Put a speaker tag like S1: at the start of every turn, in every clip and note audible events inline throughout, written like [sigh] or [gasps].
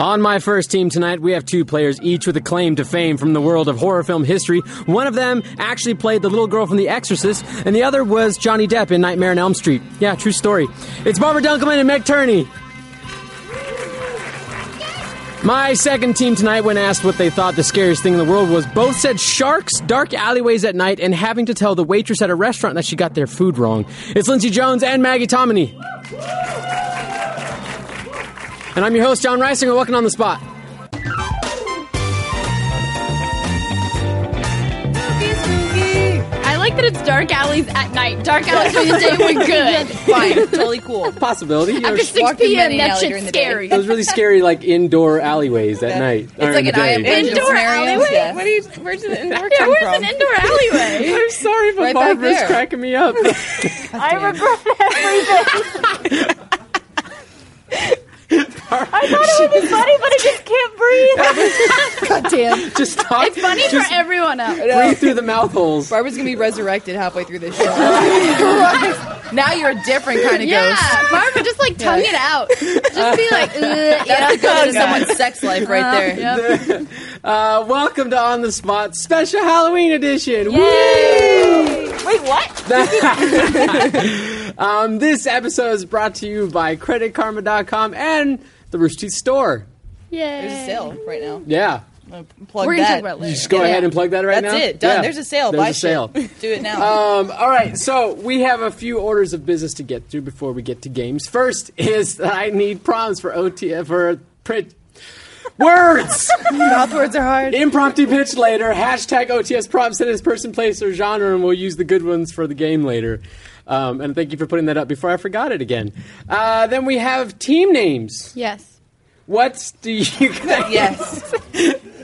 S1: On my first team tonight, we have two players each with a claim to fame from the world of horror film history. One of them actually played the little girl from The Exorcist, and the other was Johnny Depp in Nightmare on Elm Street. Yeah, true story. It's Barbara Dunkelman and Meg Turney. My second team tonight, when asked what they thought the scariest thing in the world was, both said sharks, dark alleyways at night, and having to tell the waitress at a restaurant that she got their food wrong. It's Lindsey Jones and Maggie Tomini. And I'm your host, John Reisinger. Welcome on the spot.
S2: I like that it's dark alleys at night. Dark alleys during the day
S3: [laughs]
S2: were good.
S4: Fine, totally [laughs] cool.
S1: [laughs] Possibility. You know,
S2: After
S1: sh-
S2: 6
S4: Walking
S2: p.m.,
S4: many
S2: that
S4: alley
S2: shit's
S4: during the day.
S2: scary.
S1: it was really scary, like indoor alleyways at night.
S4: It's like an I am Legend
S2: Indoor
S4: scenario.
S2: alleyway?
S4: Yeah.
S3: What do you, where
S4: [laughs]
S3: did the indoor
S2: Yeah,
S3: come
S2: where's
S3: from?
S2: an indoor alleyway?
S1: I'm sorry, but
S4: Right back
S1: Barbara's
S4: there.
S1: cracking me up.
S3: [laughs] I regret everything. [laughs] I thought it would be funny, but I just can't breathe.
S4: Goddamn.
S1: [laughs] Just talk.
S2: It's funny
S1: just
S2: for everyone else.
S1: breathe through the mouth holes.
S4: Barbara's gonna be resurrected halfway through
S3: [laughs]
S4: this show. now you're a different kind of
S2: Yeah,
S4: ghost.
S2: Barbara, just like tongue it out. Just be like, "Ugh," you know?
S4: That's the [laughs] ghost of someone's sex life right there.
S2: Yep.
S1: Uh, welcome to On the Spot Special Halloween Edition.
S3: Wait, what?
S1: Um, this episode is brought to you by CreditKarma.com and the Rooster Teeth Store.
S4: There's a
S2: Yay.
S4: sale right now.
S1: Yeah.
S4: I'm gonna Plug
S2: We're going to
S4: that.
S2: talk about it later.
S1: Just go ahead and plug that right
S4: That's
S1: now.
S4: it. Done.
S1: Yeah.
S4: There's a sale. Uh,
S1: There's
S4: Buy
S1: a sale.
S4: shit. [laughs] Do it now.
S1: Um, all right, so we have a few orders of business to get through before we get to games. First is that I need prompts for OT for print words.
S4: Mouth words are hard.
S1: Impromptu pitch later. Hashtag OTS prompts send us person, place, or genre, and we'll use the good ones for the game later. Um, and thank you for putting that up before I forgot it again. Uh, then we have team names.
S2: Yes.
S1: What do you [laughs] guys?
S4: [laughs]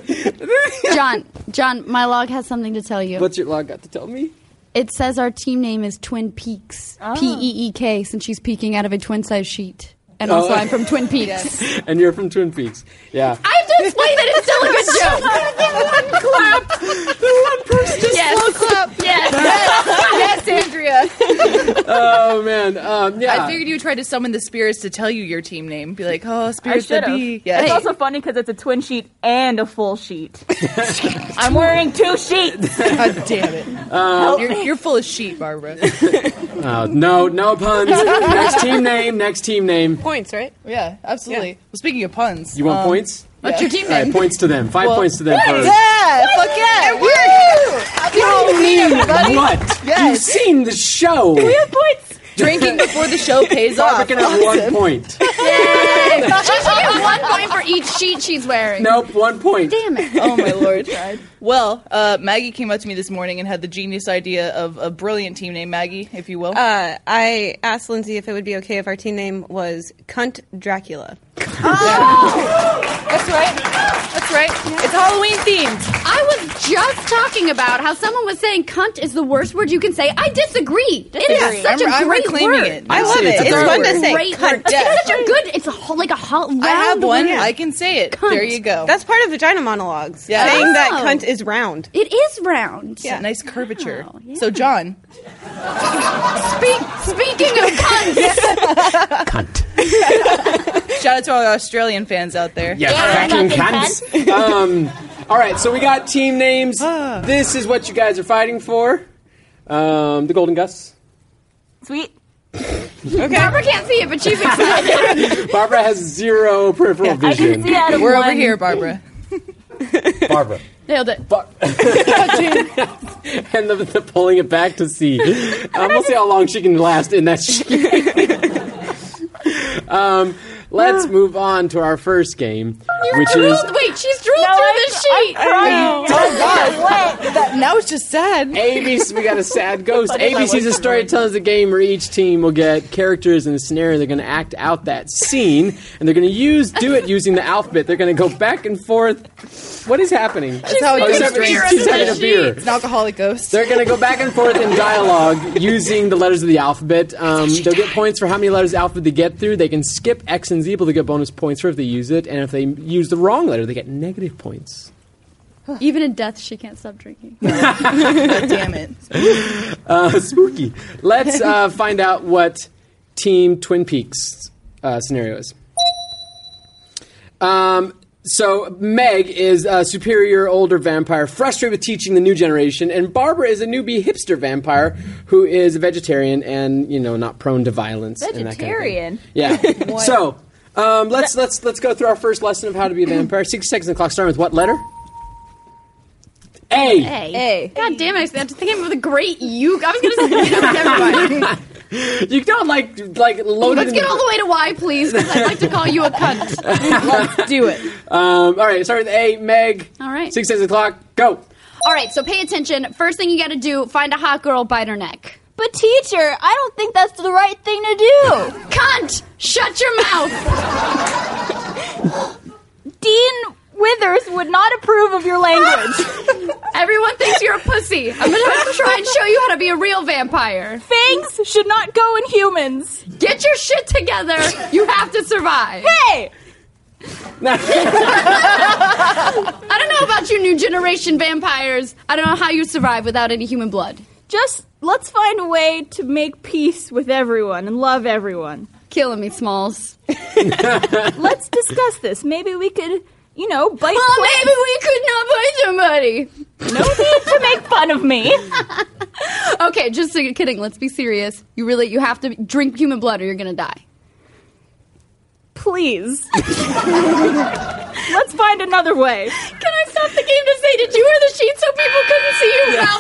S4: Yes.
S2: John, John, my log has something to tell you.
S1: What's your log got to tell me?
S2: It says our team name is Twin Peaks.
S4: Ah.
S2: P E E K, since she's peeking out of a twin size sheet. And also,
S1: Oh.
S2: I'm from
S4: [laughs]
S2: Twin Peaks.
S1: And you're from Twin Peaks. Yeah.
S2: I have to explain that it's still a good joke. Yes. Yes. yes, Andrea.
S1: Oh man. Um, yeah.
S4: I figured you would try to summon the spirits to tell you your team name. Be like, oh,
S3: I
S4: spirits
S3: should
S4: that
S3: have.
S4: be.
S3: It's
S4: Yeah.
S3: also funny because it's a twin sheet and a
S4: [laughs]
S3: full sheet. I'm wearing two sheets.
S4: God damn it. [laughs] Um, you're, you're full of sheet, Barbara.
S1: Uh, no, no
S2: [laughs]
S1: puns. next team name. Next team name.
S5: points, right?
S4: yeah, absolutely.
S5: Yeah.
S4: Well, speaking of puns, um,
S1: You want points?
S2: What's your team
S1: All right,
S2: name?
S1: points to them. Five
S4: Well-
S1: points to them. first.
S4: Yeah, fuck yeah. Woo! Buddy.
S1: What?
S4: Yes.
S1: You've seen the show.
S3: Points.
S4: Drinking before the show pays
S1: Barbara
S4: off.
S1: can have one point. [laughs]
S2: She should get one point for each sheet she's wearing.
S1: Nope, one point.
S2: Damn it.
S4: Oh my lord. Well, uh, Maggie came up to me this morning and had the genius idea of a brilliant team name, Maggie, if you will.
S5: Uh, I asked Lindsay if it would be okay if our team name was Cunt Dracula.
S4: That's right. That's right. It's Halloween themed.
S2: I was just talking about how someone was saying cunt is the worst word you can say. I disagree. It is such
S4: I'm,
S2: a
S4: I'm
S2: great
S4: reclaiming
S2: word.
S4: it.
S5: I love
S1: see,
S5: it.
S1: it's
S5: It's,
S1: a
S5: fun
S1: third
S5: to say.
S2: Great
S5: Cunt.
S2: word. It's such a good. It's a ho- like a hot.
S4: I have one.
S2: Word.
S4: I can say it.
S2: Cunt.
S4: There you go.
S5: That's part of vagina monologues.
S4: Yeah.
S5: Saying that
S2: Oh.
S5: cunt is round.
S2: It is round.
S4: yeah. nice curvature.
S2: Wow, yeah.
S4: So, John,
S2: Speak, speaking of
S4: [laughs]
S2: cunts,
S1: Cunt.
S4: shout out to all the Australian fans out there.
S1: Yes, fucking cunts. [laughs] Um, all right, so we got team names. This is what you guys are fighting for. Um, the Golden Gus.
S3: Sweet.
S2: Barbara can't see it, but
S4: [laughs]
S2: she's excited.
S1: Barbara has zero [laughs] peripheral
S3: I can
S1: vision.
S3: see out of
S4: We're
S3: one.
S4: over here, Barbara.
S1: Barbara.
S2: Nailed it.
S1: Bar- and the, the pulling it back to sea. Um, we'll see how long she can last in that. Sh- [laughs] um,
S3: Ah.
S1: let's move on to our first game, which is
S2: Wait, she's drooled
S3: Now
S2: through
S3: I'm-
S2: the sheet.
S3: I'm crying.
S4: now it's just sad.
S1: ABC. We got a sad ghost. ABC's a story tells the game where each team will get characters in a scenario. They're going to act out that scene, and they're going to use do it using the alphabet. They're going to go back and forth. What is happening?
S4: That's how it
S1: Oh, she's
S4: goes.
S2: She's
S1: having-
S2: beer
S1: she's-
S2: under
S1: she's having
S2: the
S1: a beer.
S4: It's an alcoholic ghost.
S1: They're going to go back and forth in dialogue using the letters of the alphabet. Um, they'll get points for how many letters of the alphabet they get through. They can skip X and Z, but they get bonus points for if they use it. And if they use the wrong letter, they get negative points.
S2: Even in death, she can't stop drinking.
S4: God damn it.
S1: Uh, spooky. Let's
S2: [laughs]
S1: uh, find out what Team Twin Peaks uh, scenario is. Um, so Meg is a superior older vampire frustrated with teaching the new generation, and Barbara is a newbie hipster vampire who is a vegetarian and you know not prone to violence.
S4: [laughs]
S3: Vegetarian?
S1: And
S2: [laughs]
S1: that kind of thing. Yeah. [laughs] so um, let's let's let's go through our first lesson of how
S2: [clears throat]
S1: to be a vampire. Six seconds on the clock, starting with what letter? A.
S3: Hey.
S2: God damn it! I said- I think I'm with a great you. I was
S6: [laughs]
S2: gonna say never mind.
S1: You don't like like loaded.
S2: Let's
S1: in
S2: get
S1: the-
S2: all the way to Y, please, because I'd like to call you
S6: [laughs]
S2: a cunt.
S4: Let's do it.
S1: Um, all right, starting with A. Meg.
S2: All right.
S1: Six seconds on the clock. Go. [laughs]
S2: All right, so pay attention. First thing you got to do: find a hot girl, bite her neck.
S6: But teacher, I don't think that's the right thing to do.
S2: [laughs] Cunt! Shut your mouth.
S6: [gasps] Dean Withers would not approve of your [laughs] language.
S2: Everyone thinks you're a pussy. I'm gonna try and show you how to be a real vampire.
S6: Fangs should not go in humans.
S2: Get your shit together. You have to survive.
S6: Hey,
S2: I don't know about you new generation vampires. I don't know how you survive without any human blood.
S6: just let's find a way to make peace with everyone and love everyone.
S2: Killing me, Smalls.
S6: Let's discuss this. Maybe we could, you know, bite
S2: Well,
S6: quick
S2: maybe we could not buy somebody.
S6: to make fun of me.
S2: Okay, just so you're kidding. Let's be serious. You really you have to drink human blood or you're gonna die.
S4: [laughs]
S6: Please. let's find another way.
S2: Can I stop the game to say did you wear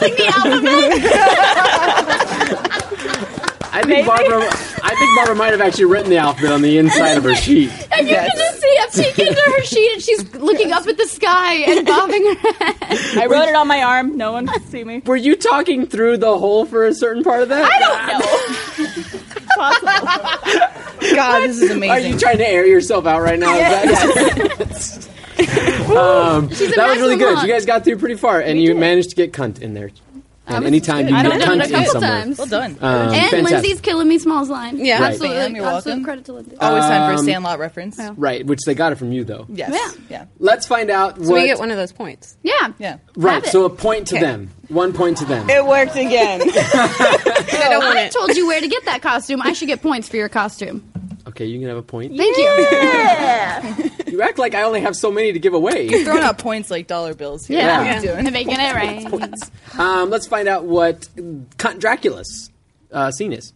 S2: the sheet so people couldn't see you mouthing the alphabet? [laughs]
S1: I think Barbara. I think Barbara might have actually written the alphabet on the inside of her
S2: [laughs]
S1: sheet.
S2: And you can just see FT gets her sheet and she's looking up at the sky and bobbing her head.
S6: I wrote it on my arm. No one could see me.
S1: Were you talking through the hole for a certain part of that? I don't.
S4: God, this is
S1: Are you
S4: amazing.
S1: trying to air yourself out right
S2: [laughs]
S1: now? Is that- [laughs] um, that was really
S2: maximum
S1: good.
S2: haunt.
S1: You guys got through pretty far, and you managed to get cunt in there. And
S2: was
S1: anytime you
S2: I
S1: get
S2: done it
S1: cunt
S2: a
S1: in
S2: couple
S1: somewhere,
S2: times.
S4: well done.
S1: um,
S2: and
S1: fantastic.
S2: Lindsay's killing me Smalls line.
S5: Yeah. Right.
S2: absolutely.
S4: Bam, you're
S2: absolute
S4: welcome.
S2: credit to Lindsay.
S4: Always time for a Sandlot reference.
S1: right, which they got it from you though.
S4: Yes. Yeah.
S1: Let's find out what.
S5: So we get one of those points.
S2: yeah.
S4: Yeah.
S1: right,
S2: Have it.
S1: so a point to them. One point to them.
S5: It worked again. [laughs] I [laughs] don't want
S2: I
S5: it.
S2: told you where to get that costume. I should get points for your costume.
S1: Okay, you can have a point.
S2: Thank you.
S1: You act like I only have so many to give
S4: [laughs]
S1: away.
S4: Throwing out points like dollar bills. Here.
S2: Yeah.
S4: What are you doing?
S2: And
S3: [laughs]
S2: making it rain.
S1: Um, let's find out what Count Dracula's uh, scene is.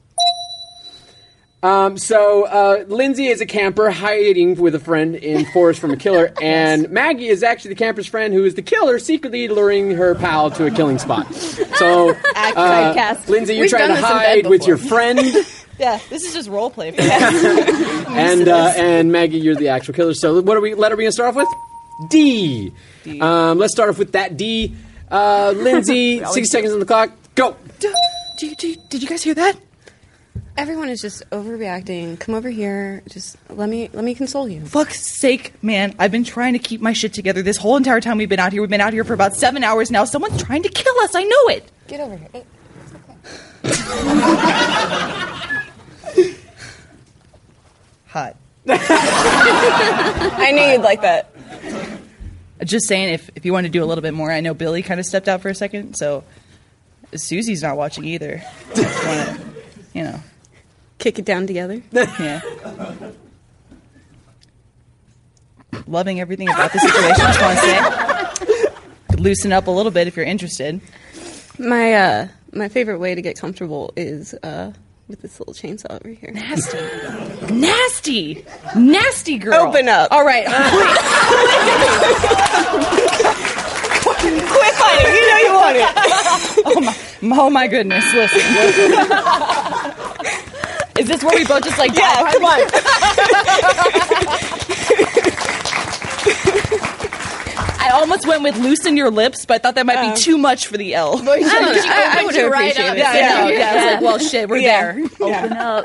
S1: Um, so uh, Lindsay is a camper hiding with a friend in forest from a
S4: [laughs]
S1: killer, and Maggie is actually the camper's friend who is the killer, secretly luring her pal to a killing spot.
S4: [laughs]
S1: So uh,
S3: typecast.
S1: Lindsay, you're
S4: We've
S1: trying
S4: done
S1: to
S4: this in bed
S1: hide with
S4: before.
S1: your
S4: [laughs]
S1: friend,
S4: Yeah. This is just role play. For us.
S1: and uh, and Maggie, you're the actual killer. So what are we? Letter we gonna start off with? D. Um, let's start off with that D. Uh, Lindsay, six seconds on the clock. Go.
S4: Did you guys hear that?
S5: Everyone is just overreacting. Come over here. Just let me let me console you.
S4: Fuck's sake, man. I've been trying to keep my shit together this whole entire time we've been out here. We've been out here for about seven hours now. Someone's trying to kill us. I know it.
S5: Get over here.
S4: Hot.
S5: I knew you'd like that.
S4: Just saying, if, if you want to do a little bit more, I know Billy kind of stepped out for a second, so Susie's not watching either. [laughs] Just wanna, you know,
S5: Kick it down together.
S4: yeah. Loving everything about the situation. Just want to say, Could loosen up a little bit if you're interested.
S5: My uh my favorite way to get comfortable is uh with this little chainsaw over here.
S4: Nasty, nasty, nasty girl.
S5: Open up.
S4: All right.
S5: [laughs] Quit fighting. You know you want it.
S4: [laughs] Oh my goodness! Listen, is this where we both just like?
S5: Yeah, come on.
S4: I almost went with loosen your lips, but I thought that might
S5: Oh.
S4: be too much for the L.
S5: I, I would appreciate it.
S4: Yeah, I know. Yeah, I was like, well, shit, we're
S5: Yeah.
S4: there.
S5: I,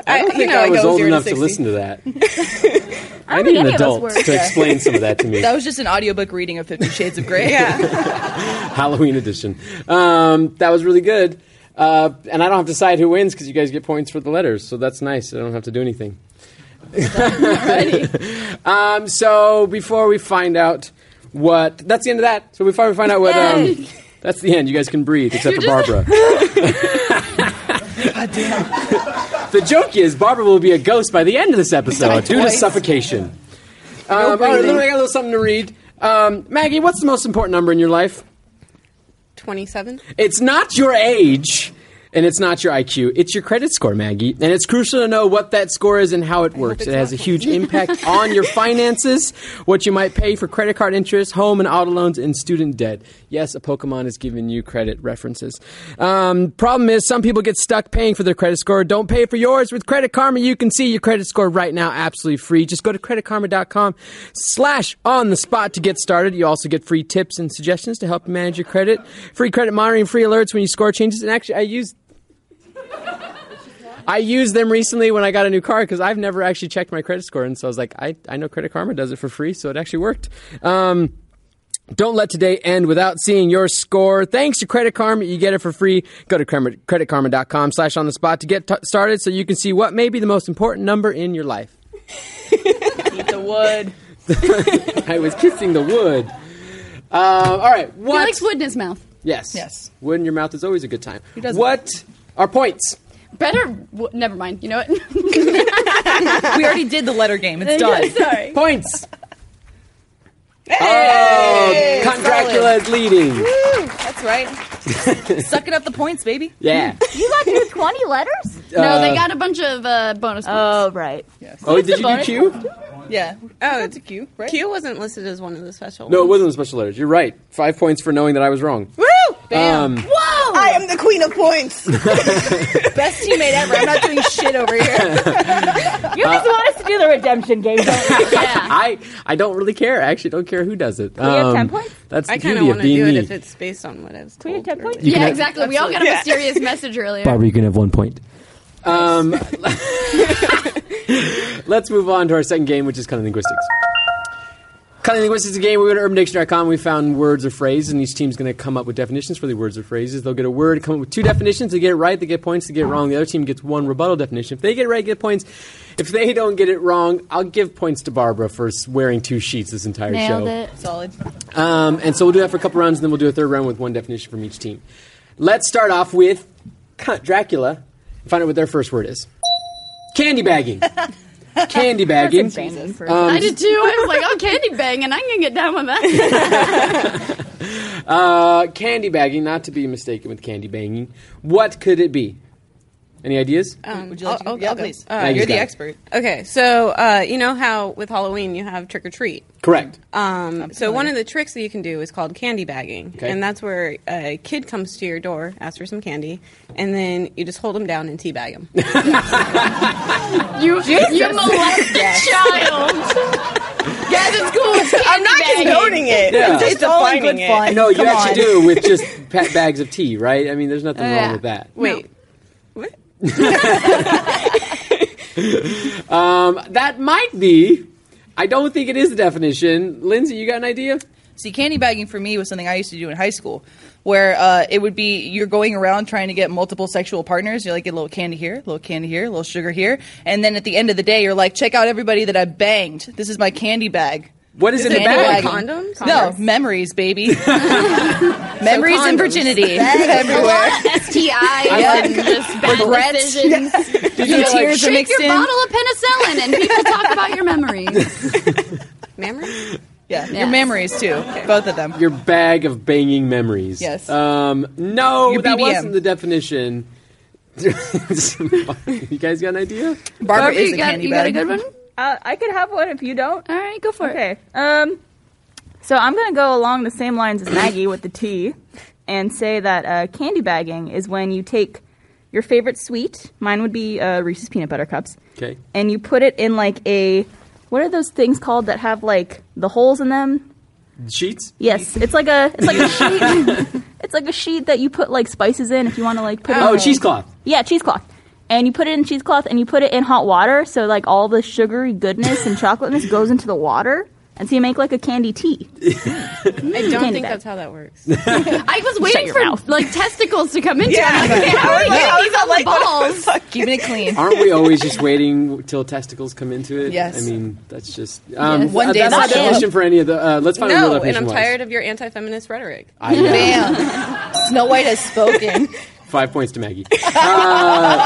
S1: I don't
S5: you
S1: think
S5: know,
S1: I
S5: it
S1: was
S5: goes
S1: old
S5: zero
S1: enough to,
S5: 60.
S1: listen to that. I, need an
S2: any of us
S1: adult
S2: were.
S1: to explain some of that to me.
S4: That was just an audiobook reading of Fifty Shades of Grey. [laughs]
S5: Yeah.
S1: Halloween edition. Um, that was really good. Uh, and I don't have to decide who wins because you guys get points for the letters, so that's nice. I don't have to do anything. um, so before we find out what, that's the end of that. So before we find out what, um, that's the end. You guys can breathe, except for Barbara. [laughs] The joke is Barbara will be a ghost by the end of this episode due to suffocation. Um, all right,
S4: breathing.
S1: Luna, I got a little something to read. Um, Maggie, what's the most important number in your life?
S5: 27?
S1: It's not your age, and it's not your IQ. It's your credit score, Maggie. And it's crucial to know what that score is and how it works.
S5: it's
S1: It has a
S5: not
S1: huge impact on your finances, what you might pay for credit card interest, home and auto loans, and student debt. Yes, a Pokemon is giving you credit references. Um, problem is, some people get stuck paying for their credit score. Don't pay for yours with Credit Karma. You can see your credit score right now, absolutely free. Just go to creditkarma.com slash on the spot to get started. You also get free tips and suggestions to help you manage your credit, free credit monitoring, free alerts when you score changes. And actually, I use I used them recently when I got a new car because I've never actually checked my credit score. And so I was like, I, I know Credit Karma does it for free, so it actually worked. Um, don't let today end without seeing your score. Thanks to Credit Karma, you get it for free. Go to karma- creditkarma.com slash on the spot to get t- started so you can see what may be the most important number in your life. [laughs]
S4: Eat the wood.
S1: I was kissing the wood. Um, all right,
S2: He
S1: what?
S2: likes wood in his mouth.
S1: Yes.
S4: Yes.
S1: Wood in your mouth is always a good time.
S4: doesn't?
S1: What are points?
S2: Better. W- never mind. You know what? [laughs]
S4: We already did the letter game. It's done.
S2: Sorry.
S1: Points. Hey, oh, Count Dracula is leading. [laughs]
S4: That's right. Sucking up the points, baby.
S1: Yeah.
S3: You got to do 20 letters?
S2: no, they got a bunch of uh, bonus points.
S3: Oh, right.
S1: oh, did you do Q?
S4: Yeah. Oh, that's a Q, right?
S5: Q wasn't listed as one of the special
S1: No, it
S5: ones.
S1: wasn't special letters. You're right. Five points for knowing that I was wrong.
S4: Woo! Bam.
S1: Um,
S7: I am the queen of points.
S4: Best teammate ever. I'm not doing shit over here.
S3: You just want us to do the redemption game.
S2: [laughs]
S3: don't you?
S1: I I don't really care. I actually don't care who does it.
S3: we have
S1: Um,
S3: 10 points?
S1: That's the
S5: I kind of
S1: beauty of
S5: want to
S1: being
S5: do it
S1: me.
S5: if it's based on what I was
S3: we have
S5: told.
S3: 10 points?
S1: You can
S2: yeah,
S1: have-
S2: exactly. We all got a mysterious message earlier.
S1: Barbara, you can have one point. Um, [laughs] let's move on to our second game, which is Cunnilinguistics. Cunnilinguistics is a game we went to UrbanDictionary.com. We found words or phrases, and each team's going to come up with definitions for the words or phrases. They'll get a word, come up with two definitions. They get it right, they get points. They get it wrong, the other team gets one rebuttal definition. If they get it right, get points. If they don't get it wrong, I'll give points to Barbara for s- wearing two sheets this entire show.
S2: Nailed it.
S4: [laughs] Solid.
S1: Um, and so we'll do that for a couple rounds, and then we'll do a third round with one definition from each team. Let's start off with Count Dracula and find out what their first word is. Candy bagging. Candy bagging. Um,
S3: That's insane. For-
S4: Um,
S2: I did too. I was like, oh, candy bang, and I can get down with [laughs] that.
S1: Uh, candy bagging, not to be mistaken with candy banging. What could it be? Any ideas?
S4: Would you like
S7: Oh,
S5: I'll-
S4: to? Yeah,
S5: I'll go.
S4: please.
S5: Uh,
S1: Maggie's
S4: You're the
S1: got it.
S4: expert.
S5: Okay, so uh, you know how with Halloween you have trick or treat?
S1: Correct.
S5: Um, so one of the tricks that you can do is called candy bagging,
S1: Okay.
S5: and that's where a kid comes to your door, asks for some candy, and then you just hold him down and teabag him.
S2: You, you molested child. Guys, it's cool. It's candy
S7: I'm not
S2: banging.
S7: condoning it.
S1: Yeah.
S7: I'm just
S4: It's all in
S7: defining
S4: good
S7: it.
S4: fun.
S1: no, you
S4: come
S1: actually
S4: on.
S1: do with just pat bags of tea, right? I mean, there's nothing wrong
S2: Yeah.
S1: with that.
S5: Wait,
S1: Um, That might be. I don't think it is the definition. Lindsay, you got an idea?
S4: See, candy bagging for me was something I used to do in high school, where uh, it would be you're going around trying to get multiple sexual partners. You're like, get a little candy here, a little candy here, a little sugar here. And then at the end of the day, you're like, check out everybody that I banged. This is my candy bag.
S1: What is in a
S4: Candy
S1: bag?
S4: bagging.
S5: Condoms?
S4: No, memories, baby.
S5: [laughs]
S4: [laughs] memories and
S5: condoms.
S4: virginity.
S2: lot
S4: [laughs] everywhere.
S2: of [laughs] STIs and just bad
S4: Regrets.
S2: decisions.
S4: Your tears are
S2: Shake
S4: mixed
S2: your
S4: in.
S2: bottle of penicillin and people talk about your
S4: [laughs]
S2: memories.
S5: memory?
S4: Yeah, your
S2: Yes.
S4: memories too. Both of them.
S1: Your bag of banging memories.
S4: Yes.
S1: Um, no,
S4: Your
S1: that
S4: BBM.
S1: wasn't the definition. [laughs] you guys got an idea?
S4: Barbara
S2: Barbara,
S4: is
S2: you,
S4: a
S2: got,
S4: candy
S2: you got a
S4: bag.
S2: good
S4: [laughs]
S2: one?
S3: uh, I could have one if you don't.
S2: All right, go for it.
S3: Okay. Um, so I'm going to go along the same lines as Maggie with the T and say that uh, candy bagging is when you take your favorite sweet, mine would be uh, Reese's Peanut Butter Cups,
S1: Okay.
S3: and you put it in like a, what are those things called that have like the holes in them?
S1: Sheets?
S3: Yes, it's like a it's like a sheet. it's like a sheet that you put like spices in if you want to like put. it
S1: Oh,
S3: in.
S1: cheesecloth.
S3: Yeah, cheesecloth. And you put it in cheesecloth and you put it in hot water, so like all the sugary goodness and chocolateness goes into the water, and so you make like a candy tea.
S5: I don't
S3: Candy
S5: think
S3: bag.
S5: that's how that works.
S2: I was waiting
S3: your
S2: for
S3: mouth.
S2: like testicles to come into
S7: Yeah.
S2: it.
S5: [laughs]
S2: I'm like, how are we
S7: Yeah, I
S2: getting
S7: was
S2: these on
S7: like,
S2: the balls?
S4: Keeping it clean.
S1: Aren't we always just waiting till testicles come into it?
S4: Yes.
S1: I mean, that's just. Um,
S2: Yes.
S4: One day
S1: that's not a
S4: they'll show
S1: definition for any of the. Uh, let's find out what
S5: no,
S1: the
S5: and
S1: definition
S5: I'm
S1: was.
S5: tired of your anti-feminist rhetoric.
S1: I know.
S4: Bam. Snow White has spoken.
S5: [laughs]
S1: Five points to Maggie. Uh,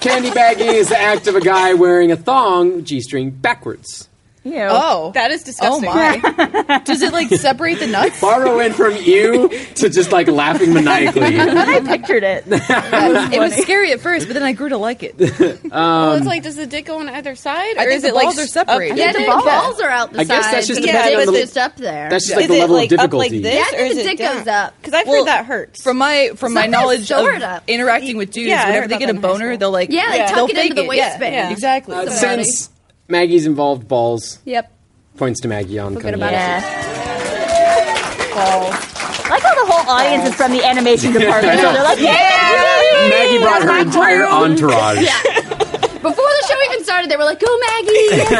S1: candy bagging is the act of a guy wearing a thong G string backwards.
S3: Ew.
S4: Oh,
S5: That is disgusting.
S4: Oh my!
S5: [laughs]
S4: Does it like separate the nuts?
S1: Barbara went from you to just like laughing maniacally.
S3: I pictured it.
S4: it was scary at first, but then I grew to like it.
S5: well, it's like, does the dick go on either side,
S4: Um, I
S5: or
S4: think
S5: is
S4: the
S5: it like
S4: balls are
S5: s-
S4: separate.
S5: up-
S4: Yeah,
S2: Yeah,
S4: the
S2: the
S4: balls.
S2: balls are out the
S1: I guess
S2: side.
S1: that's just
S2: but
S1: dependent
S2: the
S1: on the-
S2: dick's just up there.
S1: That's just
S5: Is
S1: like the
S5: it,
S1: level
S5: like,
S1: of
S5: up like
S1: difficulty.
S5: this?
S2: yeah, I
S5: or is
S2: think the
S5: it
S2: dick
S5: down?
S2: goes up.
S5: Because I've
S4: Well,
S5: heard that hurts.
S4: From my from my
S2: Sometimes
S4: knowledge of
S2: sore it up.
S4: interacting with dudes,
S5: Yeah, I
S4: whenever
S5: heard
S4: they
S5: about
S4: get
S5: that
S4: a
S5: in high
S4: boner,
S5: school.
S4: they'll like
S2: Yeah, they
S4: they'll
S2: tuck it
S4: fake
S2: into the
S4: Yeah,
S2: waistband.
S4: yeah, exactly.
S1: Uh, since Maggie's involved balls,
S8: Yep.
S1: points to Maggie on
S8: Forget
S1: coming
S8: about
S1: up.
S8: it.
S3: like how the whole audience is from the animation department. They're like, yeah!
S1: Maggie brought her entire entourage.
S2: Before the show even started, they were like, "Go
S1: [laughs]
S2: Maggie, yes,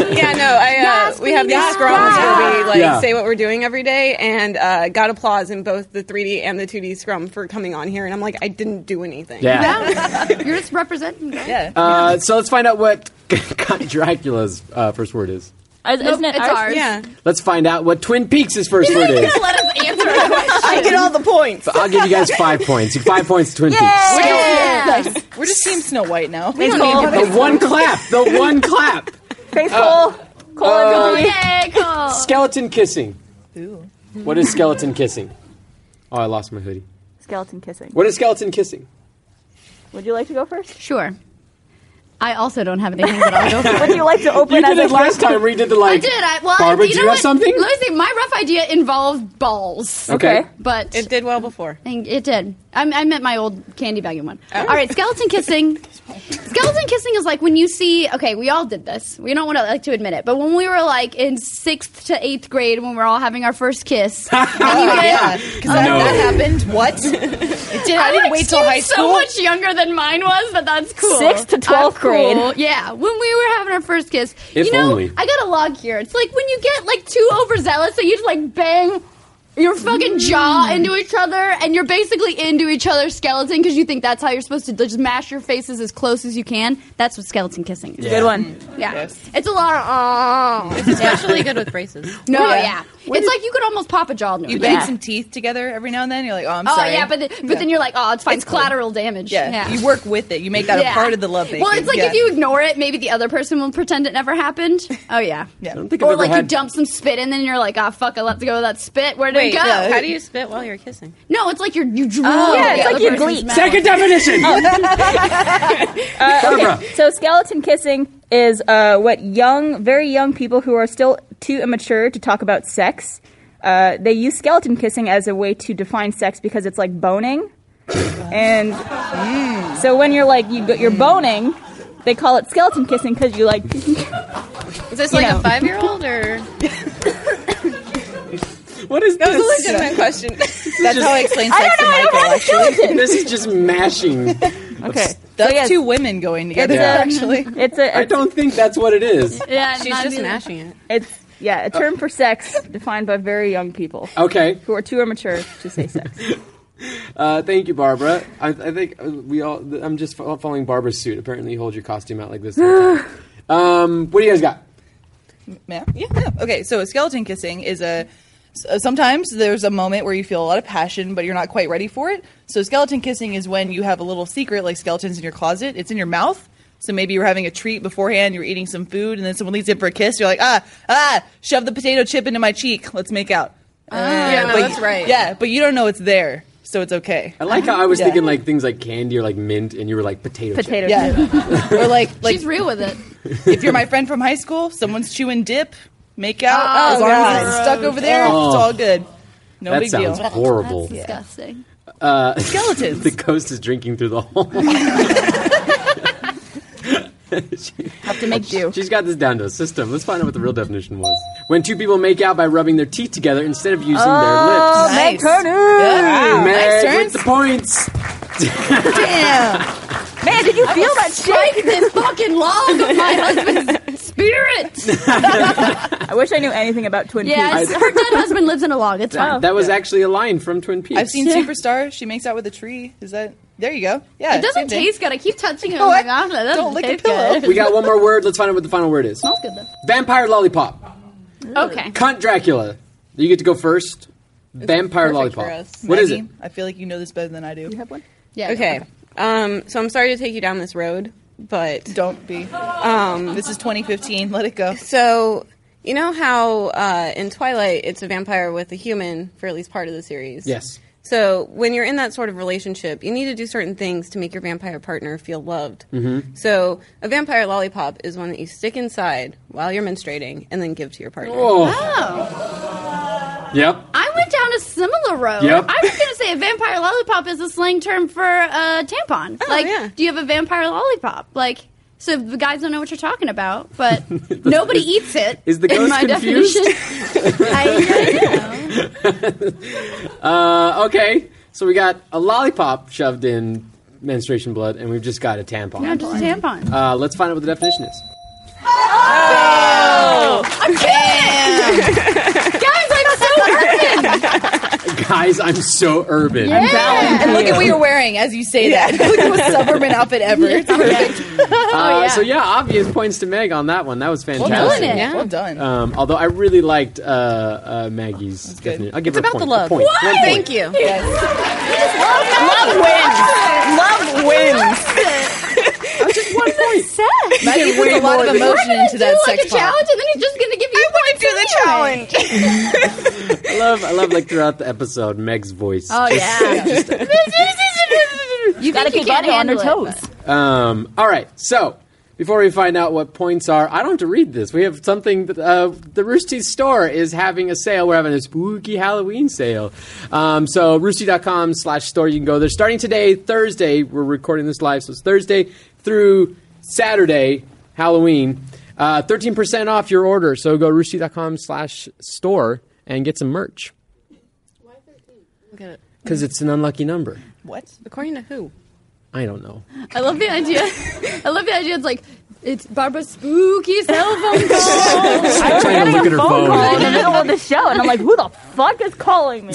S2: Maggie."
S5: Yeah, no, I, uh, we have these
S2: Yes,
S5: scrums where we like
S1: Yeah.
S5: say what we're doing every day, and uh, got applause in both the 3D and the 2D scrum for coming on here, and I'm like, I didn't do anything.
S1: Yeah.
S2: You're just representing. guys.
S4: Yeah.
S1: Uh, so let's find out what [laughs] Dracula's uh, first word is.
S3: Is,
S2: Nope,
S3: isn't it
S2: it's
S3: ours?
S2: ours.
S5: Yeah.
S1: Let's find out what Twin Peaks' first word is.
S2: Let us answer a question.
S9: I get all the points.
S1: I'll give you guys five points. Five points to Twin Peaks.
S2: Yeah.
S4: We're just Team Snow White now. [laughs]
S1: The one clap. The one clap.
S3: Faithful, Cole and Billy.
S2: Yay, cool.
S1: Skeleton kissing. What is skeleton kissing? Oh, I lost my hoodie.
S3: Skeleton kissing.
S1: What is skeleton kissing?
S3: Would you like to go first?
S8: Sure. I also don't have anything that I'll go for.
S3: Would you like to open
S1: You
S3: as
S1: did
S3: a
S1: it last time. We did the
S2: I
S1: like.
S2: did. I, well,
S1: Barbara,
S2: you
S1: do
S2: know
S1: you have
S2: what?
S1: something?
S2: Let me think. My rough idea involved balls,
S1: Okay.
S2: but
S5: It did well before.
S2: And It did. I, I meant my old candy bagging one. All right, skeleton kissing. skeleton kissing is like when you see. Okay, we all did this. We don't want to like to admit it, but when we were like in sixth to eighth grade, when we we're all having our first kiss, and you get,
S4: Yeah, because Uh, that,
S1: No.
S4: that happened. What?
S5: [laughs]
S4: It did, I didn't wait till
S2: She was
S4: high
S2: So
S4: school.
S2: much younger than mine was, but that's cool.
S3: Sixth to
S2: I'm
S3: 12th grade.
S2: cool. Yeah, when we were having our first kiss.
S1: If
S2: you know,
S1: only.
S2: I got a log here. It's like when you get like too overzealous that you just like bang your fucking
S4: Mm.
S2: jaw into each other and you're basically into each other's skeleton because you think that's how you're supposed to just mash your faces as close as you can. That's what skeleton kissing is.
S3: Good one.
S2: Yeah. It's a lot of. Oh.
S10: Especially good with braces.
S2: No, yeah.
S3: What
S2: It's
S3: is-
S2: like you could almost pop a jaw into
S4: You
S2: each
S4: bang
S2: other.
S4: some teeth together every now and then. You're like, oh, I'm
S2: Oh
S4: sorry.
S2: yeah, but the, but then you're like, oh, it's fine. It's collateral damage.
S4: yeah. you work with it. You make that
S2: Yeah.
S4: a part of the love.
S2: Well, it's
S4: making.
S2: like
S4: Yeah.
S2: if you ignore it, maybe the other person will pretend it never happened. Oh yeah.
S4: Yeah. I don't
S1: think I've
S2: or
S1: ever
S2: like
S1: had-
S2: you dump some spit and then you're like, ah, fuck, I let go of that spit. Where did it go?
S4: yeah.
S10: How do you spit while you're kissing?
S2: No, it's like you're you drool.
S3: Oh, yeah,
S2: at Oh, the
S3: it's like
S2: other
S3: you
S2: person's
S3: gleek.
S2: mouth.
S1: Second definition.
S2: [laughs]
S1: Barbara.
S3: Oh. Uh, So skeleton kissing is uh, what young, very young people who are still too immature to talk about sex. Uh, they use skeleton kissing as a way to define sex because it's like boning, and so when you're like you go, you're boning, they call it skeleton kissing because you like [laughs]
S10: Is this like a five year old or?
S1: What is
S5: That was
S1: this?
S5: a legitimate question.
S4: That's how I explain sex to Michael. actually.
S1: This is just mashing.
S3: okay.
S4: That's
S3: so yes,
S4: two women going together.
S1: Yeah.
S2: [laughs]
S4: Actually,
S3: it's a
S1: I
S3: it's,
S1: don't think that's what it is.
S2: Yeah,
S10: She's
S2: not
S10: just
S2: even-
S10: mashing it.
S3: it's yeah a term for sex defined by very young people
S1: Okay.
S3: who are too immature to
S1: [laughs]
S3: say sex.
S1: Uh, thank you, Barbara. I, I think uh, we all. th- I'm just fo- following Barbara's suit. Apparently, you hold your costume out like this. the whole time. um, what do you guys got?
S4: Yeah. yeah. Okay, so skeleton kissing is a. s- uh, Sometimes there's a moment where you feel a lot of passion, but you're not quite ready for it. So skeleton kissing is when you have a little secret, like skeletons in your closet. It's in your mouth. So maybe you're having a treat beforehand. You're eating some food, and then someone leads in for a kiss. You're like, ah, ah, shove the potato chip into my cheek. Let's make out.
S10: Ah, yeah, no,
S4: But-
S10: that's right.
S4: Yeah, but you don't know it's there, so it's okay.
S1: I like how I was
S4: Yeah.
S1: thinking like things like candy or like mint, and you were like potato. chip.
S3: Potato chip.
S4: Yeah, or like, like
S2: She's real with it.
S4: if you're my friend from high school, someone's chewing dip, make out. as long as it's stuck over there, it's all good. No
S1: Oh. That
S4: big
S1: sounds
S4: deal.
S1: horrible.
S2: That's disgusting.
S4: [laughs]
S1: [laughs]
S4: Skeletons.
S1: The ghost is drinking through the hole.
S3: Have to make do.
S1: [laughs] She's got this down to a system. Let's find out what the real definition was. When two people make out by rubbing their teeth together instead of using
S3: Oh.
S1: their lips.
S4: Nice.
S1: Hey,
S4: Yeah.
S1: Meg
S4: Nice
S1: with
S4: turns.
S1: the points. [laughs]
S4: Damn.
S3: Man, did you feel that shit?
S2: this fucking log of [laughs] my husband's spirit.
S3: I wish I knew anything about Twin Peaks.
S2: [laughs] Yes, her dead husband lives in a log. It's fine.
S1: That was actually a line from Twin Peaks.
S4: I've seen Superstar. She makes out with a tree. Is that? There you go.
S2: It
S4: Yeah.
S2: doesn't
S4: same thing.
S2: taste good. I keep touching it. Oh my
S4: I-
S2: gosh, that doesn't
S4: don't lick a
S2: taste
S4: pillow.
S2: good.
S1: We got one more word. Let's find out what the final word is.
S2: Smells good though.
S1: Vampire lollipop.
S2: Okay.
S1: Cunt Dracula. You get to go first. Vampire
S5: perfect
S1: lollipop.
S5: for us.
S1: What is it?
S4: Maggie, I feel like you know this better than I do. You have one.
S2: Yeah.
S5: Okay. Um, so I'm sorry to take you down this road, but
S4: Don't be. Um. This is 2015. Let it go.
S5: so You know how uh, in Twilight it's a vampire with a human for at least part of the series?
S1: Yes.
S5: So when you're in that sort of relationship, you need to do certain things to make your vampire partner feel loved. Mm-hmm. So a vampire lollipop is one that you stick inside while you're menstruating and then give to your partner.
S2: Ah.
S1: Oh.
S11: Oh,
S1: Yep.
S11: I went down a similar road.
S1: Yep.
S11: I was going to say a vampire lollipop is a slang term for a tampon. like,
S5: yeah.
S11: do you have a vampire lollipop? Like, so the guys don't know what you're talking about,
S1: [laughs]
S11: but nobody eats it.
S1: is the
S11: in [laughs]
S1: ghost
S11: my
S1: confused? [laughs]
S11: definition. I know.
S1: Uh, okay. So we got a lollipop shoved in menstruation blood, and we've just got a tampon.
S11: No, just a tampon.
S1: Uh, let's find out what the definition is. [laughs] Guys, I'm so urban.
S4: And look at what you're wearing as you say that. look at what suburban outfit ever. It's perfect.
S1: Uh, So yeah, obvious points to Meg on that one. That was fantastic.
S11: doing it.
S4: Well done.
S1: Um, although I really liked uh, uh, Maggie's definition. I'll give her a
S12: about
S1: point.
S12: the love.
S1: A point. One point.
S12: Thank you. [laughs]
S4: Love wins. Maggie put a lot of emotion into that
S11: do like a
S4: sex pop.
S11: challenge, and then he's just going to give you.
S7: I want to do the challenge.
S1: I love, I love like throughout the episode, Meg's voice.
S11: Oh yeah. you
S3: Gotta
S11: think you can't
S3: keep Butter on her
S11: handle it,
S3: toes.
S11: but-
S1: Um, all right, so before we find out what points are, I don't have to read this. We have something that uh, the Rooster Teeth store is having a sale. We're having a spooky Halloween sale. Um, so roosterteeth.com slash store, you can go there. Starting today, Thursday, we're recording this live, so it's Thursday through Saturday, Halloween. Uh, 13% off your order, so go roosterteeth.com slash store and get some merch
S12: Look at it.
S1: because it's an unlucky number.
S4: What?
S12: According to who?
S1: I don't know.
S11: I love the idea. I love the idea. It's like it's Barbara Spooky's cell
S1: [laughs]
S11: phone call.
S1: I'm trying to look at her
S3: phone call in the
S1: phone.
S3: middle of the show, and I'm like, who the fuck is calling [laughs] me?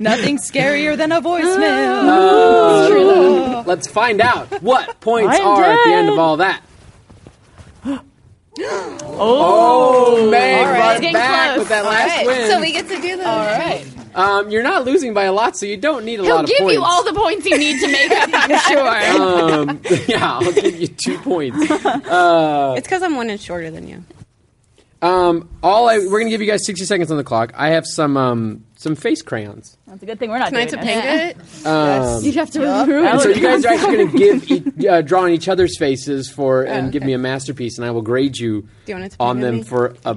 S4: Nothing scarier than a voicemail.
S1: Let's find out what points
S3: I'm
S1: are at the
S3: dead.
S1: end of all that. oh, Meg
S4: right.
S1: brought
S4: It's
S1: it
S4: getting
S1: back
S4: close.
S1: with that last
S4: right.
S1: win.
S12: So we get to do this.
S4: All right.
S1: um, you're not losing by a lot, so you don't need a
S11: He'll
S1: lot of
S11: give
S1: points.
S11: you all the points you need to make up.
S1: [laughs]
S11: I'm sure.
S1: um, [laughs] yeah, I'll give you two points.
S5: It's because I'm one inch shorter than you.
S1: Um, all I, we're gonna give you guys 60 seconds on the clock. I have some um, some face crayons.
S3: That's a good thing we're not
S12: Can I
S3: doing
S12: to it?
S1: Um,
S11: You'd have to
S1: And
S3: Oh,
S11: remove.
S1: so you guys are actually going to give each, uh, draw on each other's faces for and give me a masterpiece, and I will grade you,
S5: you want it to be
S1: on
S5: with
S1: them
S5: me?
S1: for a,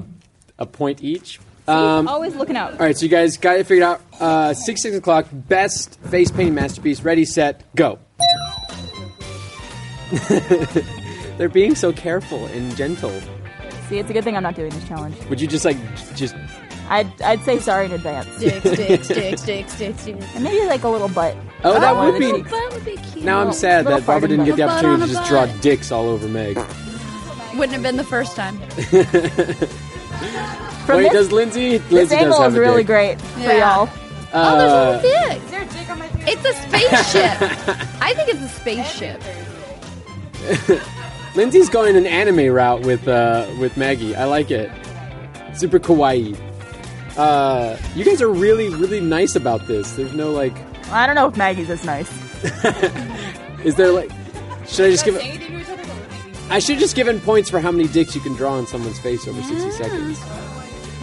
S1: a point each.
S3: Um, always looking out.
S1: All right, so you guys got it figured out. Uh, six six o'clock. Best face painting masterpiece. Ready, set, go. [laughs] They're being so careful and gentle.
S3: See, it's a good thing I'm not doing this challenge.
S1: Would you just like j- just?
S3: I'd, I'd say sorry in advance.
S11: Dicks, dicks, dicks, dicks, dicks, dicks.
S3: And maybe like a little butt.
S1: Oh, that
S3: one of
S1: would
S3: the
S1: be.
S3: cheeks.
S11: That would be cute.
S1: Now I'm sad
S3: Little
S1: that Barbara didn't
S3: farting
S1: get the
S11: butt.
S1: opportunity to
S11: Butt on
S1: just
S11: a
S1: draw
S11: butt.
S1: dicks all over Meg.
S11: Wouldn't have been the first time.
S3: From
S1: Wait,
S3: this,
S1: does Lindsay?
S3: this
S1: Lindsay does
S3: angle
S1: have
S3: is
S1: a
S3: really
S1: dick.
S3: great for
S11: Yeah.
S3: y'all.
S11: oh,
S1: Uh,
S11: there's a little dick. It's a [laughs] spaceship. I think it's a spaceship.
S1: Lindsay's going an anime route with uh, with Maggie. I like it. Super kawaii. Uh, you guys are really really nice about this. There's no like.
S3: I don't know if Maggie's this nice.
S1: Is there like? Should I just give? I should have just given points for how many dicks you can draw on someone's face over sixty seconds.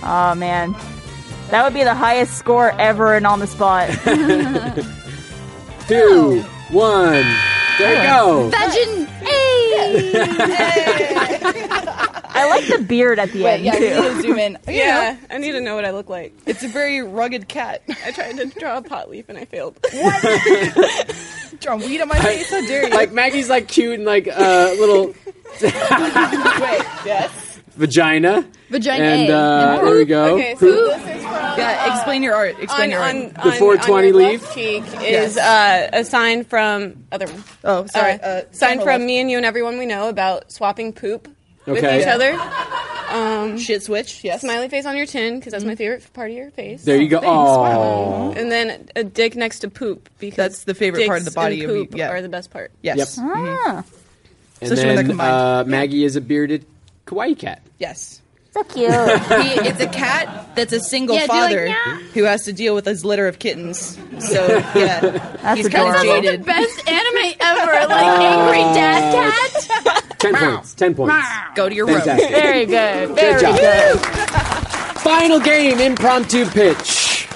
S3: Oh man, that would be the highest score ever and on
S1: [laughs]
S3: the spot.
S1: Two, one. There you
S2: Oh.
S1: go.
S11: Imagine, hey,
S3: I like the beard at the end
S4: Yeah,
S3: too.
S4: you need to zoom in. You know,
S5: Yeah, I need to know what I look like.
S4: it's a very rugged cat.
S5: I tried to draw a pot leaf and I failed.
S4: Draw weed on my face. How [laughs] dare you?
S1: Like Maggie's like cute and like uh,
S3: [laughs]
S1: little
S4: Wait, yes.
S1: vagina.
S11: vagina.
S1: And
S11: A.
S1: uh, there we go.
S5: Okay, so
S4: Yeah, explain your art.
S5: on,
S4: Explain your
S5: on,
S4: art.
S5: on,
S1: The 420
S5: on your
S1: leaf?
S5: left cheek is uh, a sign from other one.
S4: Oh, sorry.
S5: Uh,
S4: Uh,
S5: sign
S4: camera
S5: from
S4: left.
S5: me and you and everyone we know about swapping poop with
S1: Okay.
S5: each
S1: Yeah.
S5: other.
S4: Shit switch. Yes.
S5: Smiley face on your chin because that's my favorite part of your face.
S1: there you go. Oh.
S5: And then a dick next to poop because
S4: That's the favorite part of
S5: dicks
S4: the body
S5: and
S4: of you,
S5: poop
S4: yeah.
S5: are the best part.
S4: Yes.
S1: Yep.
S3: Ah,
S1: And
S4: Especially when they're
S1: then
S4: combined.
S1: uh, Maggie is a bearded kawaii cat.
S4: Yes.
S3: so
S4: He,
S3: cute.
S4: [laughs] it's a cat that's a single
S11: Yeah, do you like
S4: father
S11: meow?
S4: who has to deal with his litter of kittens. So [laughs] yeah,
S3: That's
S4: he's kind of
S11: the
S3: adorable.
S4: jaded. [laughs]
S11: best anime ever. Like angry dad cat.
S1: Ten points. Ten points.
S4: Go to your room.
S1: Fantastic.
S3: Very good.
S1: Good
S3: Very
S1: job.
S3: good.
S1: Final game, impromptu pitch.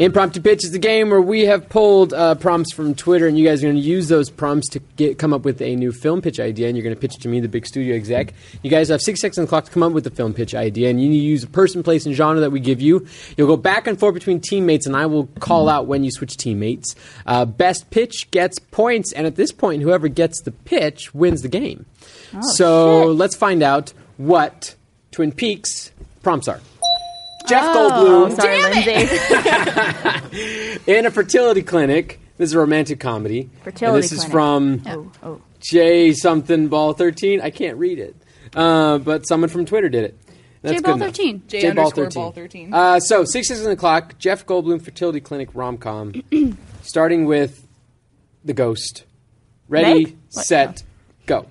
S1: Impromptu pitch is the game where we have pulled uh, prompts from Twitter, and you guys are going to use those prompts to get come up with a new film pitch idea, and you're going to pitch it to me, the big studio exec. You guys have six seconds on the clock to come up with the film pitch idea, and you need to use a person, place, and genre that we give you. You'll go back and forth between teammates, and I will call out when you switch teammates. Uh, best pitch gets points, and at this point, whoever gets the pitch wins the game. so let's find out what Twin Peaks prompts are. Jeff Goldblum
S3: Sorry, Lindsay.
S1: in a fertility clinic. This is a romantic comedy. and
S3: Fertility
S1: this is
S3: clinic.
S1: from
S3: Oh, oh.
S1: J something ball thirteen. I can't read it, uh, but someone from Twitter did it. That's
S2: J-Ball
S1: good enough.
S2: 13.
S4: J
S1: J-Ball
S4: underscore ball 13.
S1: Uh, so six is on the clock. Jeff Goldblum fertility clinic rom com,
S3: [clears throat]
S1: starting with the ghost. Ready,
S3: Meg? What?
S1: set, go.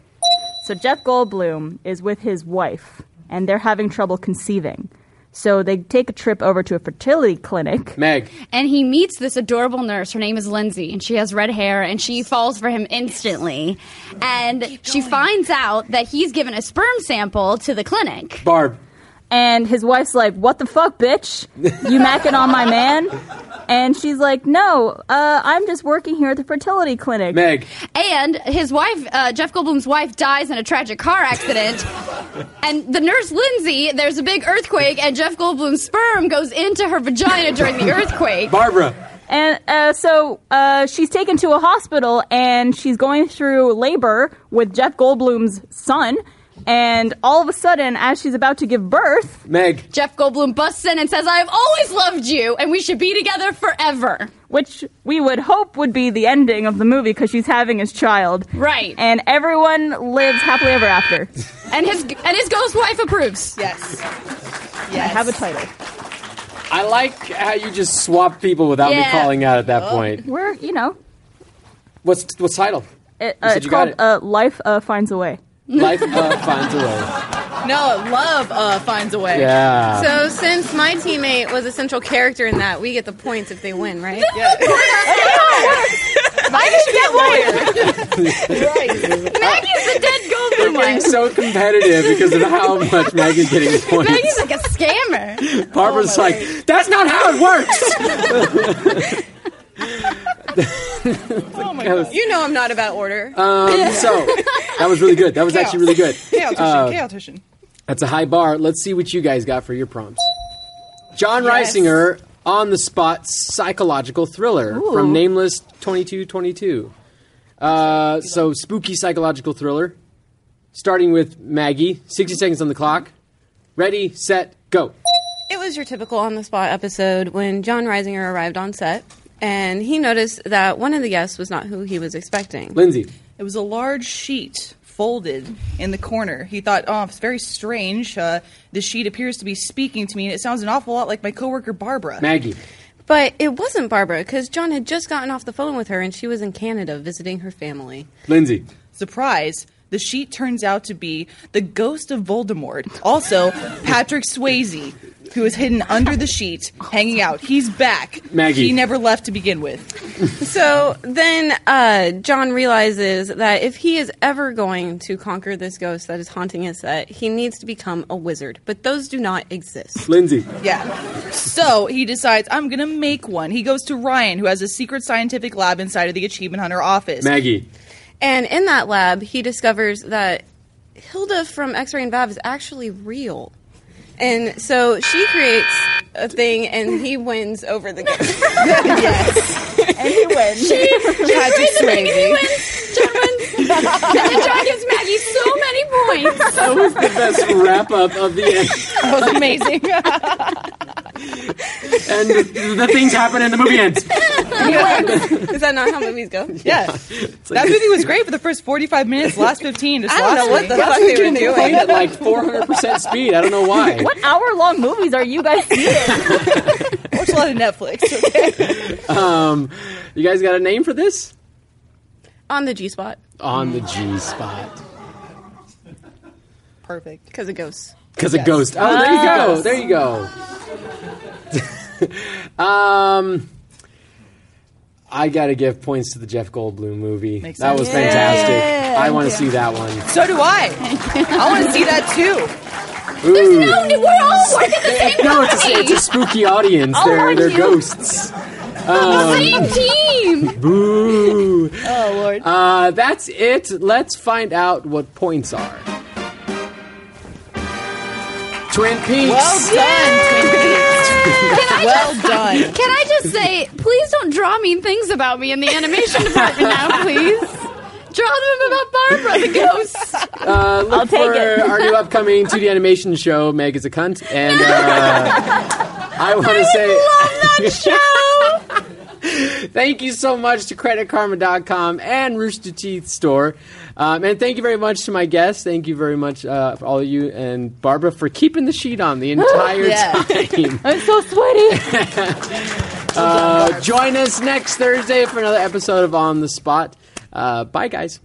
S3: So Jeff Goldblum is with his wife, and they're having trouble conceiving. So they take a trip over to a fertility clinic.
S1: Meg.
S2: And he meets this adorable nurse. Her name is Lindsay, and she has red hair, and she falls for him instantly. And she finds out that he's given a sperm sample to the clinic.
S1: Barb.
S3: And his wife's like, "What the fuck, bitch? You macking on my man?" And she's like, "No, uh, I'm just working here at the fertility clinic."
S1: Meg.
S2: And his wife, uh, Jeff Goldblum's wife, dies in a tragic car accident. and the nurse, Lindsay, there's a big earthquake, and Jeff Goldblum's sperm goes into her vagina during the earthquake.
S1: Barbara.
S3: And uh, so uh, she's taken to a hospital and she's going through labor with Jeff Goldblum's son. And all of a sudden, as she's about to give birth,
S1: Meg.
S2: Jeff Goldblum busts in and says, I have always loved you, and we should be together forever.
S3: which we would hope would be the ending of the movie because she's having his child.
S2: Right.
S3: And everyone lives happily
S1: [laughs]
S3: ever after.
S2: And his, and his ghost wife approves. [laughs]
S4: Yes.
S3: I
S4: Yes.
S3: have a title.
S1: I like how you just swap people without me
S2: Yeah.
S1: calling out at that
S3: Oh.
S1: point.
S3: We're, you know,
S1: What's what's title?
S3: it,
S1: You
S3: uh,
S1: said
S3: it's
S1: you got
S3: called
S1: it.
S3: uh, Life uh, Finds
S1: [laughs]
S3: a Way.
S1: Life uh, finds a way.
S4: No, love uh, finds a way.
S1: Yeah.
S5: So since my teammate was a central character in that, we get the points if they win, right? [laughs]
S4: [laughs]
S5: [laughs]
S2: Maggie's the dead Goldblum
S1: I'm
S2: one.
S1: so competitive because of how much Maggie's getting points.
S2: [laughs] Maggie's like a scammer. Oh
S1: Barbara's like, that's not how it works.
S5: You know I'm not about order.
S1: Um, so that was really good. That was actually really good.
S4: Chaos tuition,
S1: Uh,
S4: chaos tuition.
S1: That's a high bar. Let's see what you guys got for your prompts. John Reisinger on the spot psychological thriller from Nameless 2222. Uh, so spooky psychological thriller, starting with Maggie. 60 seconds on the clock. Ready, set, go.
S5: It was your typical on the spot episode when John Reisinger arrived on set and he noticed that one of the guests was not who he was expecting.
S1: Lindsay.
S4: It was a large sheet folded in the corner. He thought, oh, it's very strange. Uh, the sheet appears to be speaking to me, and it sounds an awful lot like my coworker Barbara.
S1: Maggie.
S5: But it wasn't Barbara because John had just gotten off the phone with her and she was in Canada visiting her family.
S1: Lindsay.
S4: Surprise. The sheet turns out to be the ghost of Voldemort, also Patrick Swayze, who is hidden under the sheet, hanging out. He's back.
S1: Maggie.
S4: He never left to begin with.
S5: So then uh, John realizes that if he is ever going to conquer this ghost that is haunting his set, he needs to become a wizard. But those do not exist.
S1: Lindsay.
S4: Yeah. So he decides, I'm going to make one. He goes to Ryan, who has a secret scientific lab inside of the Achievement Hunter office.
S1: Maggie.
S5: And in that lab, he discovers that Hilda from X Ray and Vav is actually real. And so she creates a thing and he wins over the ghost.
S3: [laughs]
S4: Patrick Swayze.
S2: And the dog gives Maggie so many points.
S1: That was the best [laughs] wrap up of the end.
S4: That was amazing.
S1: And the, the things happen and the movie ends.
S5: [laughs] Is that not how movies go?
S4: [laughs] Yeah. that movie was great for the first 45 minutes, last 15 just
S5: I don't
S4: lost
S5: know what
S4: me.
S5: the fuck they were doing.
S1: Played
S4: [laughs]
S1: at like 400% speed. I don't know why.
S3: What hour long movies are you guys seeing?
S4: Watch a lot of Netflix. Okay?
S1: Um, you guys got a name for this?
S5: On the G spot.
S1: On the G spot.
S4: Perfect.
S5: Because of ghosts.
S1: Because a ghost. Oh, there you go. There you go. Oh. [laughs] um, I got to give points to the Jeff Goldblum movie.
S4: Makes
S1: that
S4: sense.
S1: was fantastic. I want to see that one.
S4: So do I. I want to see that too.
S2: There's no, we're all working at the same
S1: No, it's a, it's a
S2: company.
S1: spooky audience.
S4: Oh,
S1: they're they're ghosts.
S2: Same team.
S1: Boo.
S4: Oh lord.
S1: Uh, that's it. Let's find out what points are. Twin Peaks.
S4: Well done.
S2: Can I
S4: well done.
S2: Can I just say, please don't draw mean things about me in the animation department now, please. Draw them about Barbara the ghost.
S1: Uh, look
S3: take
S1: for
S3: it.
S1: our new upcoming 2D animation show, Meg is a Cunt. And uh, I want to say. [laughs] Thank you so much to CreditKarma.com and Rooster Teeth Store. Um, and thank you very much to my guests. Thank you very much, uh, for all of you and Barbara, for keeping the sheet on the entire
S4: Yeah.
S1: time.
S3: [laughs] I'm so sweaty.
S1: Uh, join us next Thursday for another episode of On the Spot. Uh, bye, guys.